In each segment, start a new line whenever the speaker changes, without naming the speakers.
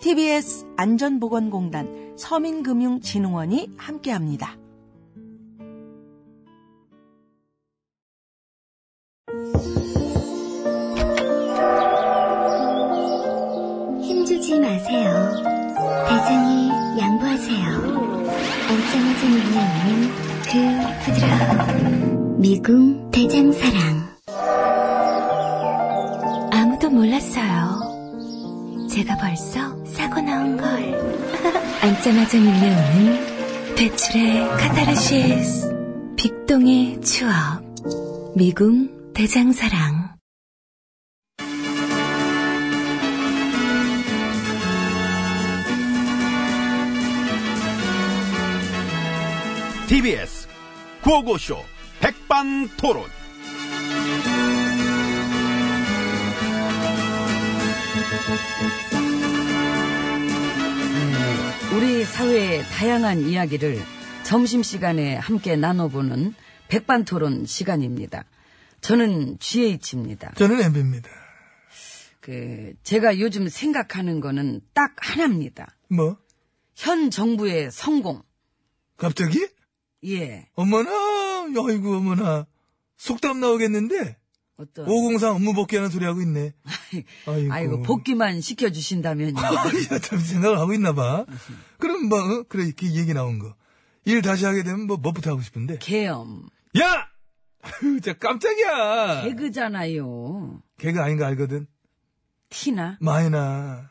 TBS 안전보건공단 서민금융진흥원이 함께합니다.
힘주지 마세요. 대장이 양보하세요. 엉짱해진 눈에 있는 그 부드러움. 미궁 대장사랑.
아무도 몰랐어요. 제가 벌써 사고 나온 걸. 앉자마자 밀려오는 대출의 카타르시스. 빅동의 추억. 미궁 대장사랑.
TBS 구호고쇼 백반토론.
우리 사회의 다양한 이야기를 점심시간에 함께 나눠보는 백반토론 시간입니다. 저는 GH입니다.
저는 엠비입니다.
그, 제가 요즘 생각하는 거는 딱 하나입니다.
뭐?
현 정부의 성공.
갑자기?
예.
어머나, 아이고, 어머나. 속담 나오겠는데?
어떤.
503 업무 복귀하는 소리 하고 있네. 아이고.
아이고, 복귀만 시켜주신다면요.
야, 참 생각을 하고 있나 봐. 그럼 뭐, 어? 그래, 이렇게 얘기 나온 거. 일 다시 하게 되면 뭐, 뭐부터 하고 싶은데?
개엄.
야! 아유, 진짜 깜짝이야!
개그잖아요.
개그 아닌 거 알거든?
티나?
마이나.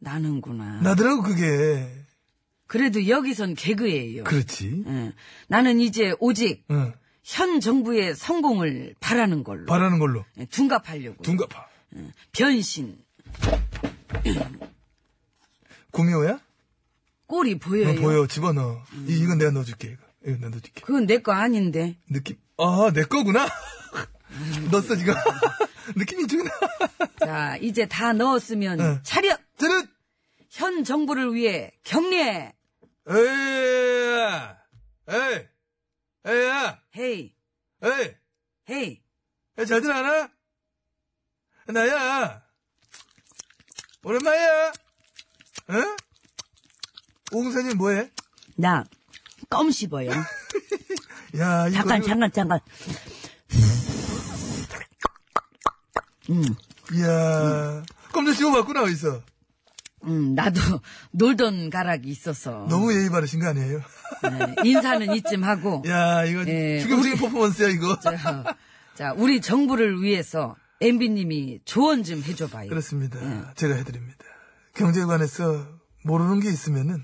나는구나.
나더라고, 그게.
그래도 여기선 개그예요.
그렇지.
예. 나는 이제 오직
응.
현 정부의 성공을 바라는 걸로.
바라는 걸로.
예, 둔갑하려고.
둔갑하.
변신.
구미호야?
꼴이 보여요.
어, 보여, 집어넣어. 이, 이건 내가 넣어줄게, 이거. 이건 내가 넣어줄게.
그건 내 거 아닌데.
느낌, 아, 내 거구나? 넣었어, 지금. 느낌 이쪽이나.
자, 이제 다 넣었으면
응.
차렷!
저는,
현 정부를 위해 격려!
에이야, 에이, 에이야,
헤이,
에이,
헤이.
야, 잘들 않아? 나야. 오랜만이야. 응? 오공사님 뭐해?
나, 껌 씹어요.
야, 이거.
잠깐, 잠깐, 잠깐.
이야. 껌좀 씹어봤구나, 어디서.
음, 나도 놀던 가락이 있어서.
너무 예의 바르신 거 아니에요?
예, 인사는 이쯤 하고.
야, 이거
예,
죽음적인 퍼포먼스야, 이거.
자, 자, 우리 정부를 위해서 MB님이 조언 좀 해줘봐요.
그렇습니다. 제가 해드립니다. 경제에 관해서 모르는 게 있으면은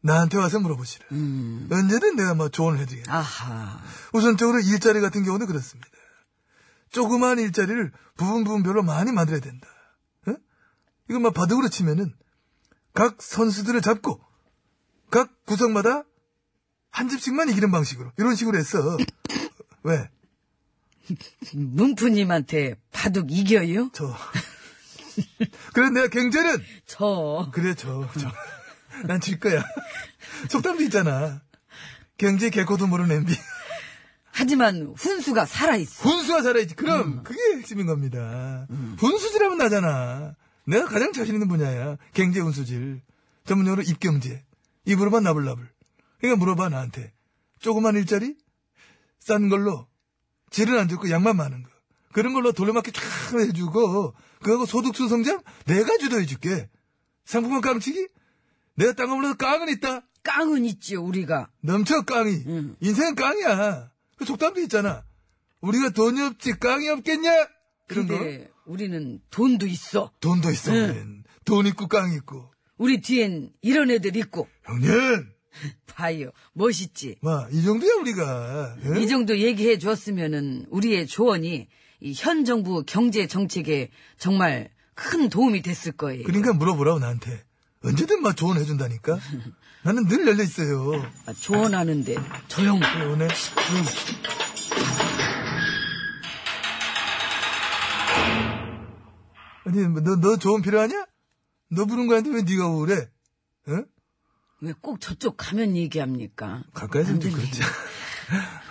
나한테 와서 물어보시라. 언제든 내가 뭐 조언을 해드리겠다.
아하.
우선적으로 일자리 같은 경우는 그렇습니다. 조그마한 일자리를 부분 부분별로 많이 만들어야 된다. 응? 이거 막 바둑으로 치면은 각 선수들을 잡고 각 구석마다 한 집씩만 이기는 방식으로 이런 식으로 했어. 왜?
문프님한테 바둑 이겨요?
저. 그래 내가 경제는
저.
그래, 저, 저. 난 질 거야. 속담도 있잖아. 경제 개코도 모르는 MB.
하지만 훈수가 살아있어.
분수가 잘해야지. 그럼 그게 핵심인 겁니다. 분수질하면 나잖아. 내가 가장 자신 있는 분야야. 경제 분수질. 전문용어로 입경제. 입으로만 나불나불. 그러니까 물어봐 나한테. 조그만 일자리? 싼 걸로 질은 안 좋고 양만 많은 거. 그런 걸로 돌려막기 쫙 해주고 그거하고 소득수 성장 내가 주도해줄게. 상품권 깡치기? 내가 딴거 몰라서 깡은 있다.
깡은 있지요, 우리가.
넘쳐 깡이.
음.
인생은 깡이야. 그 속담도 있잖아. 우리가 돈이 없지 깡이 없겠냐? 그런 거.
근데 우리는 돈도 있어.
돈도 있어. 우린. 돈 있고 깡 있고.
우리 뒤엔 이런 애들 있고.
형님,
봐요. 멋있지.
마, 이 정도야 우리가. 예?
이 정도 얘기해 줬으면은 우리의 조언이 이 현 정부 경제 정책에 정말 큰 도움이 됐을 거예요.
그러니까 물어보라고 나한테. 언제든 막 조언해 준다니까. 나는 늘 열려 있어요. 그
아, 조언하는데 조용.
오늘 아니 뭐 너너 조언 필요하냐? 너 부른 거한테 왜 네가 우울해? 응?
왜 꼭 저쪽 가면 얘기합니까?
가까이서 좀
남들이
그렇지.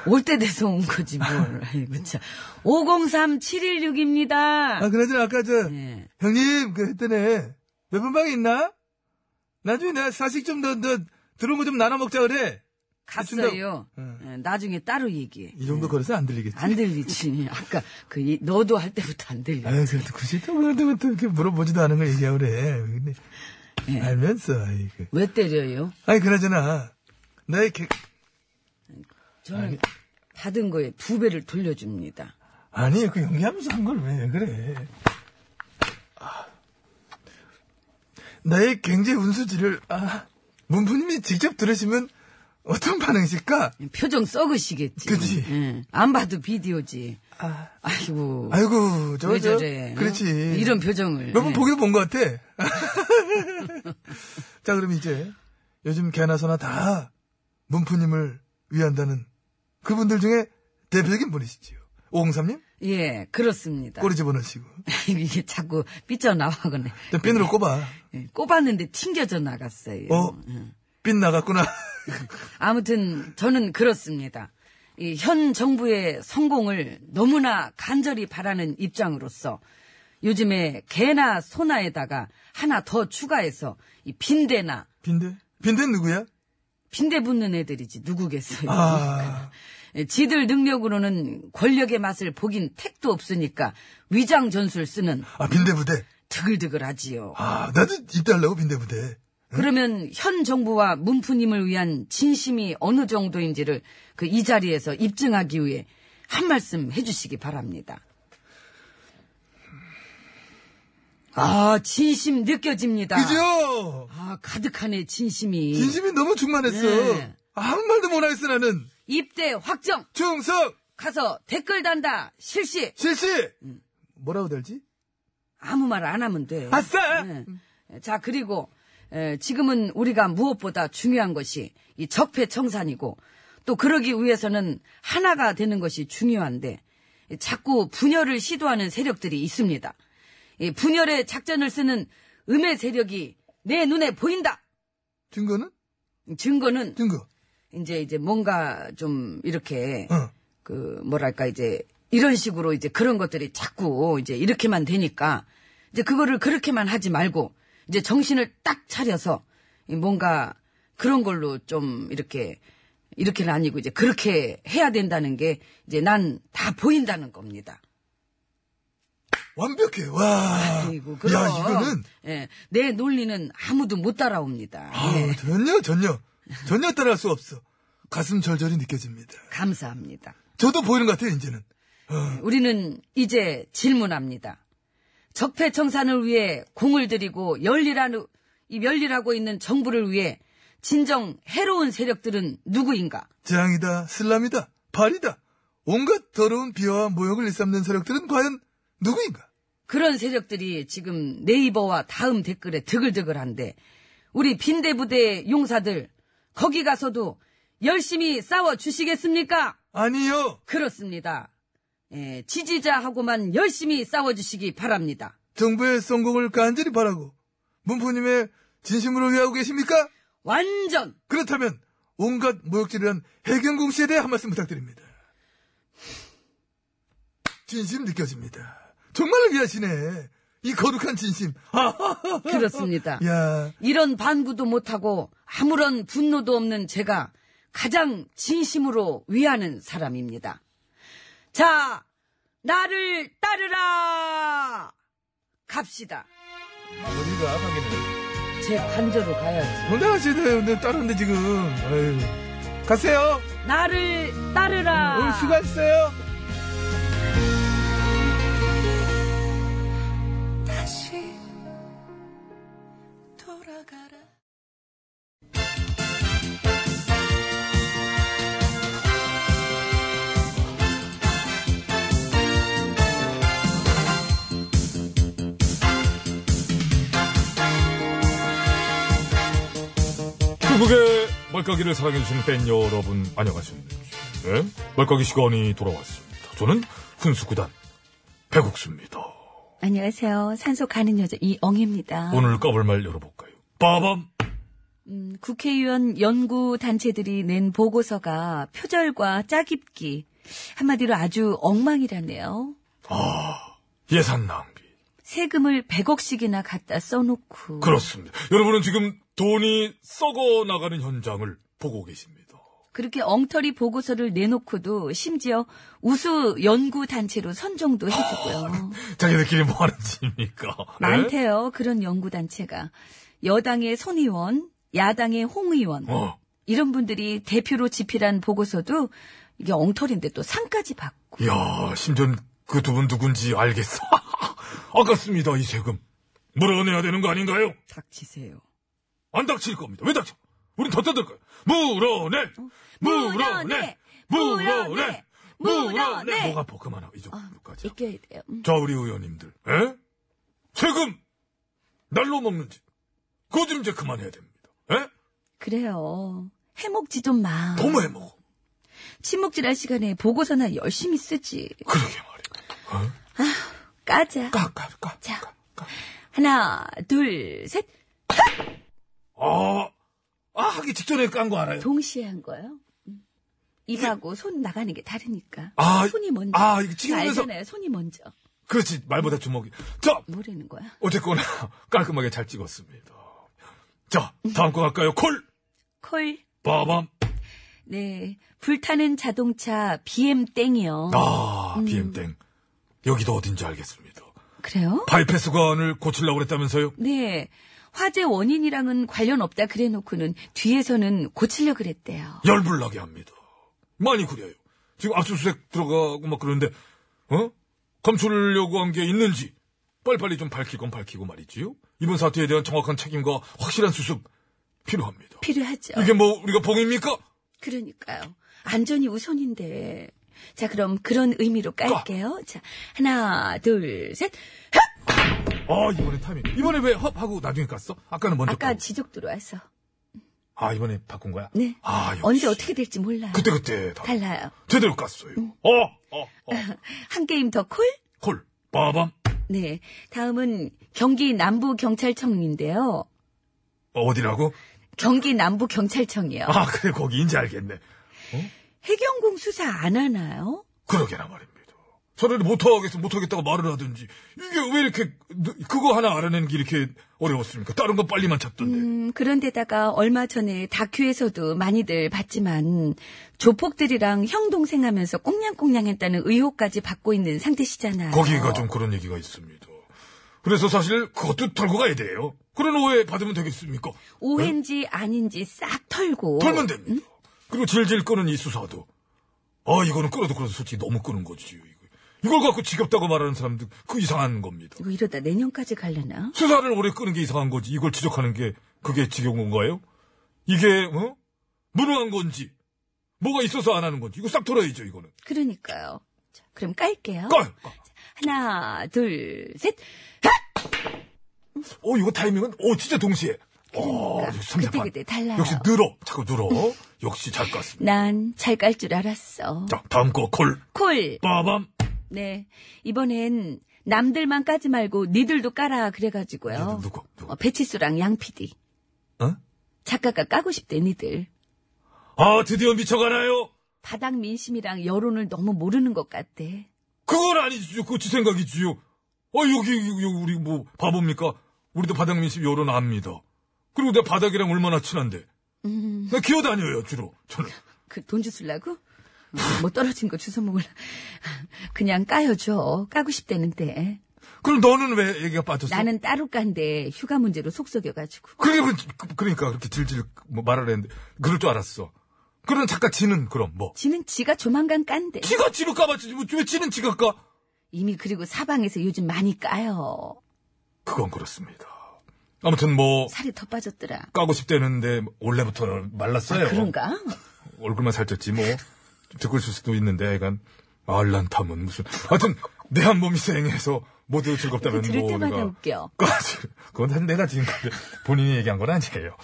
올 때 돼서 온 거지 뭘. 아이고 참. 503716입니다.
아, 그나저나 아까 저
예.
형님 그 했더니 몇번 방에 있나? 나중에 내가 사식 좀 더 더 들어온 거 좀 나눠 먹자 그래.
갔어요.
준다고. 네. 예.
예, 나중에 따로 얘기해.
이 정도 걸어서 안 들리겠지.
네. 안 들리지. 아까 그 이- 너도 할 때부터 안 들려.
아유, 그래도 굳이 또 뭐한테 또 이렇게 물어보지도 않은 걸 얘기하고 그래. 근데
네.
알면서 아이고. 그.
왜 때려요?
아니 그나저나 나의 개
저는 받은 거에 두 배를 돌려줍니다.
아니 그 연기하면서 한 걸 왜 그래? 아. 나의 경제 운수지를 아, 문부님이 직접 들으시면 어떤 반응이실까?
표정 썩으시겠지.
그치.
예, 안 봐도 비디오지.
아.
아이고.
아이고 저저
뭐, 왜 저래?
그렇지
어? 이런 표정을.
몇 번
예.
보기도 본 것 같아. 자 그럼 이제 요즘 개나 소나 다 문부님을 위한다는 그분들 중에 대표적인 분이시지요. 오홍삼님
예, 그렇습니다.
꼬리 집어넣으시고
이게 자꾸 삐져나와거네.
일단 핀으로 꼽아.
예, 꼽았는데 튕겨져 나갔어요.
어?
음.
핀 나갔구나.
아무튼 저는 그렇습니다. 이현 정부의 성공을 너무나 간절히 바라는 입장으로서 요즘에 개나 소나에다가 하나 더 추가해서 이 빈대나
빈대? 빈대는 누구야?
빈대 붙는 애들이지 누구겠어요.
아.
예, 지들 능력으로는 권력의 맛을 보긴 택도 없으니까 위장 전술 쓰는
아, 빈대 부대.
드글드글하지요.
아, 나도 입대 하려고 빈대 부대.
그러면 현 정부와 문프님을 위한 진심이 어느 정도인지를 그 이 자리에서 입증하기 위해 한 말씀 해주시기 바랍니다. 아, 진심 느껴집니다.
그죠?
아, 가득하네, 진심이.
진심이 너무 충만했어.
예. 네.
아무 말도 못하겠어, 나는.
입대 확정!
충성!
가서 댓글 단다! 실시!
실시!
음.
뭐라고 될지?
아무 말 안 하면 돼.
아싸!
예. 자, 그리고 에, 지금은 우리가 무엇보다 중요한 것이 이 적폐청산이고 또 그러기 위해서는 하나가 되는 것이 중요한데 이 자꾸 분열을 시도하는 세력들이 있습니다. 이 분열의 작전을 쓰는 음의 세력이 내 눈에 보인다.
증거는?
증거는
증거.
이제 이제 뭔가 좀 이렇게
어.
그 뭐랄까 이제 이런 식으로 이제 그런 것들이 자꾸 이제 이렇게만 되니까 이제 그거를 그렇게만 하지 말고 이제 정신을 딱 차려서 이 뭔가 그런 걸로 좀 이렇게 이렇게는 아니고 이제 그렇게 해야 된다는 게 이제 난 다 보인다는 겁니다.
완벽해, 와.
아이고, 그럼.
야, 이거는.
예, 내 논리는 아무도 못 따라옵니다.
아,
예,
전혀, 전혀. 전혀 따라할 수 없어. 가슴 절절히 느껴집니다.
감사합니다.
저도 보이는 것 같아요, 이제는.
우리는 이제 질문합니다. 적폐청산을 위해 공을 들이고 열일하는, 이 열일하고 있는 정부를 위해 진정 해로운 세력들은 누구인가?
재앙이다, 슬람이다, 발이다. 온갖 더러운 비하와 모욕을 일삼는 세력들은 과연 누구인가?
그런 세력들이 지금 네이버와 다음 댓글에 드글드글한데, 우리 빈대부대 용사들, 거기 가서도 열심히 싸워 주시겠습니까?
아니요.
그렇습니다. 예, 지지자하고만 열심히 싸워주시기 바랍니다.
정부의 성공을 간절히 바라고 문포님의 진심으로 위하고 계십니까?
완전
그렇다면 온갖 모욕질을 한 해경궁 씨에 대해 한 말씀 부탁드립니다. 진심 느껴집니다. 정말 위하시네. 이 거룩한 진심. 아하하하.
예,
그렇습니다.
야,
이런 반구도 못하고 아무런 분노도 없는 제가 가장 진심으로 위하는 사람입니다. 자, 나를 따르라! 갑시다.
머리가 아파겠네.
제 관저로 가야지.
건강하시네요. 내 따른데 지금. 아유. 가세요.
나를
아.
따르라!
오늘 수고하셨어요.
중국의 말까기를 사랑해주시는 팬 여러분, 안녕하십니까. 네, 말까기 시간이 돌아왔습니다. 저는 훈수구단 배국수입니다.
안녕하세요. 산소 가는 여자 이엉입니다.
오늘 까볼 말 열어볼까요? 빠밤!
음, 국회의원 연구 단체들이 낸 보고서가 표절과 짜깁기 한마디로 아주 엉망이라네요.
예산 낭비.
세금을 100억씩이나 갖다 써놓고
그렇습니다. 여러분은 지금 돈이 썩어 나가는 현장을 보고 계십니다.
그렇게 엉터리 보고서를 내놓고도 심지어 우수 연구 단체로 선정도
아,
해주고요.
자기들끼리 뭐 하는 짓입니까? 네?
많대요 그런 연구 단체가 여당의 손 의원, 야당의 홍 의원
어,
이런 분들이 대표로 집필한 보고서도 이게 엉터리인데 또 상까지 받고
이야, 심지어 그 두 분 누군지 알겠어. 아깝습니다, 이 세금. 물어내야 되는 거 아닌가요?
닥치세요.
안 닥칠 겁니다. 왜 닥쳐? 우린 더 뜯을 거야. 물어내! 물어내! 물어내! 물어내! 뭐가 아파, 그만하고, 이 정도까지.
이게 돼요. 음.
자, 우리 의원님들, 에? 세금! 날로 먹는 짓. 그거 좀 이제 그만해야 됩니다. 에?
그래요. 해먹지 좀 마.
너무 해먹어.
침묵질할 시간에 보고서나 열심히 쓰지.
그러게 말이야. 어?
까자.
까, 까, 까.
자.
까, 까.
하나, 둘, 셋.
아, 아, 하기 직전에 깐 거 알아요.
동시에 한 거예요. 음. 입하고 손 나가는 게 다르니까.
아,
손이 먼저.
아, 이거 찍으면서.
알잖아요. 손이 먼저.
그렇지, 말보다 주먹이. 자,
뭐라는 거야?
어쨌거나 깔끔하게 잘 찍었습니다. 자, 다음 거 갈까요? 콜!
콜.
빠밤.
네. 불타는 자동차 BM 땡이요.
아, BM땡. 여기도 어딘지 알겠습니다.
그래요?
바이패스관을 고치려고 그랬다면서요?
네. 화재 원인이랑은 관련 없다 그래 놓고는 뒤에서는 고치려 그랬대요.
열불나게 합니다. 많이 구려요. 지금 압수수색 들어가고 막 그러는데, 어? 검출려고 한 게 있는지, 빨리빨리 좀 밝힐 건 밝히고 말이지요. 이번 사태에 대한 정확한 책임과 확실한 수습, 필요합니다.
필요하죠.
이게 뭐, 우리가 봉입니까?
그러니까요. 안전이 우선인데. 자, 그럼 그런 의미로 깔게요. 자, 하나, 둘, 셋.
아, 이번에 타이밍. 이번에 왜 헙 하고 나중에 깠어? 아까는 먼저.
아까
까고.
지적 들어와서.
아, 이번에 바꾼 거야?
네.
아, 역시.
언제 어떻게 음. 될지 몰라요.
그때그때 다
달라요.
제대로 깠어요. 어, 어, 어.
한 게임 더 콜?
콜, 빠밤.
네. 다음은 경기 남부 경찰청인데요.
어, 어디라고?
경기 남부 경찰청이요.
아, 그래, 거기인지 알겠네.
해경공 수사 안 하나요?
그러게나 말입니다. 차라리 못하겠어, 못하겠다고 말을 하든지. 이게 왜 이렇게, 너- 그거 하나 알아내는 게 이렇게 어려웠습니까? 다른 거 빨리만 찾던데.
음, 그런데다가 얼마 전에 다큐에서도 많이들 봤지만 조폭들이랑 형동생 하면서 꽁냥꽁냥 했다는 의혹까지 받고 있는 상태시잖아요.
거기가 좀 그런 얘기가 있습니다. 그래서 사실 그것도 털고 가야 돼요. 그런 오해 받으면 되겠습니까?
오해인지 아닌지 싹 털고.
털면 됩니다. 그리고 질질 끄는 이 수사도. 아, 이거는 끌어도 끌어도 솔직히 너무 끄는 거지. 이거. 이걸 갖고 지겹다고 말하는 사람들, 그 이상한 겁니다.
뭐 이거 이러다 내년까지 갈려나?
수사를 오래 끄는 게 이상한 거지. 이걸 지적하는 게 그게 지겨운 건가요? 이게 어? 무능한 건지 뭐가 있어서 안 하는 건지 이거 싹 털어야죠 이거는.
그러니까요. 자, 그럼 깔게요.
깔. 깔.
하나, 둘, 셋.
어 이거 타이밍은 어 진짜 동시에. 어
그러니까.
역시 삼삼판.
그때그때 달라요.
역시 늘어. 자꾸 늘어. 역시 잘 깠습니다.
난 잘 깔 줄 알았어.
자 다음 거콜
콜.
빠밤.
네. 이번엔 남들만 까지 말고 니들도 깔아 그래가지고요.
누구 누구?
어, 배치수랑 양피디.
어?
작가가 까고 싶대 니들.
아, 드디어 미쳐가나요?
바닥 민심이랑 여론을 너무 모르는 것 같대.
그건 아니지요. 그거 지 생각이지요. 아, 여기, 여기, 여기 우리 뭐, 바보입니까? 우리도 바닥 민심 여론 압니다. 그리고 내가 바닥이랑 얼마나 친한데.
음,
내가 네, 기어다녀요, 주로. 저는.
그 돈 주술라고? 어, 뭐 떨어진 거 주워 먹을라. 그냥 까여줘. 까고 싶대는데.
그럼 너는 왜 얘기가 빠졌어?
나는 따로 깐데 휴가 문제로 속썩여가지고.
그게 뭐, 그- 그러니까 그렇게 질질 뭐 말을 했는데 그럴 줄 알았어. 그런 작가 지는 그럼 뭐
지는 지가 조만간 깐대.
지가 지를 까봤지 뭐, 왜 지는 지가 까?
이미 그리고 사방에서 요즘 많이 까요.
그건 그렇습니다. 아무튼 뭐
살이 더 빠졌더라.
까고 싶대는데 원래부터 네, 말랐어요.
아, 그런가?
얼굴만 살쪘지 뭐 듣고 있을 수도 있는데 약간 알란탐은 무슨 하여튼 내 한 몸이 생해서 모두 즐겁다면
아, 들을
뭐
때마다
우리가
웃겨.
까지 그건 사실 내가 지금 본인이 얘기한 건 아니에요.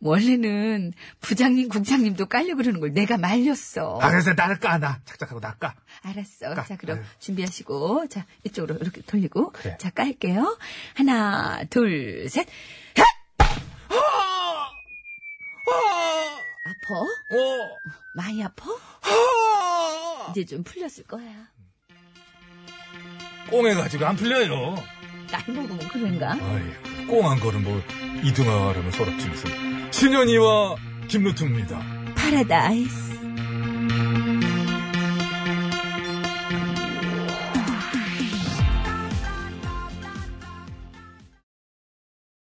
원래는 부장님, 국장님도 깔려 그러는 걸 내가 말렸어.
아 그래서 나를 까나 착착하고 나 까.
알았어.
까.
자, 그럼
아유.
준비하시고, 자, 이쪽으로 이렇게 돌리고,
그래.
자, 깔게요. 하나, 둘, 셋. 핫! 아파?
어.
많이 아파? 이제 좀 풀렸을 거야.
꽁해가지고 안 풀려요.
나이 먹으면 그런가?
아이, 꽁한 거는 뭐 이등하라면 서랍지 무슨. 신현이와 김루트입니다.
파라다이스.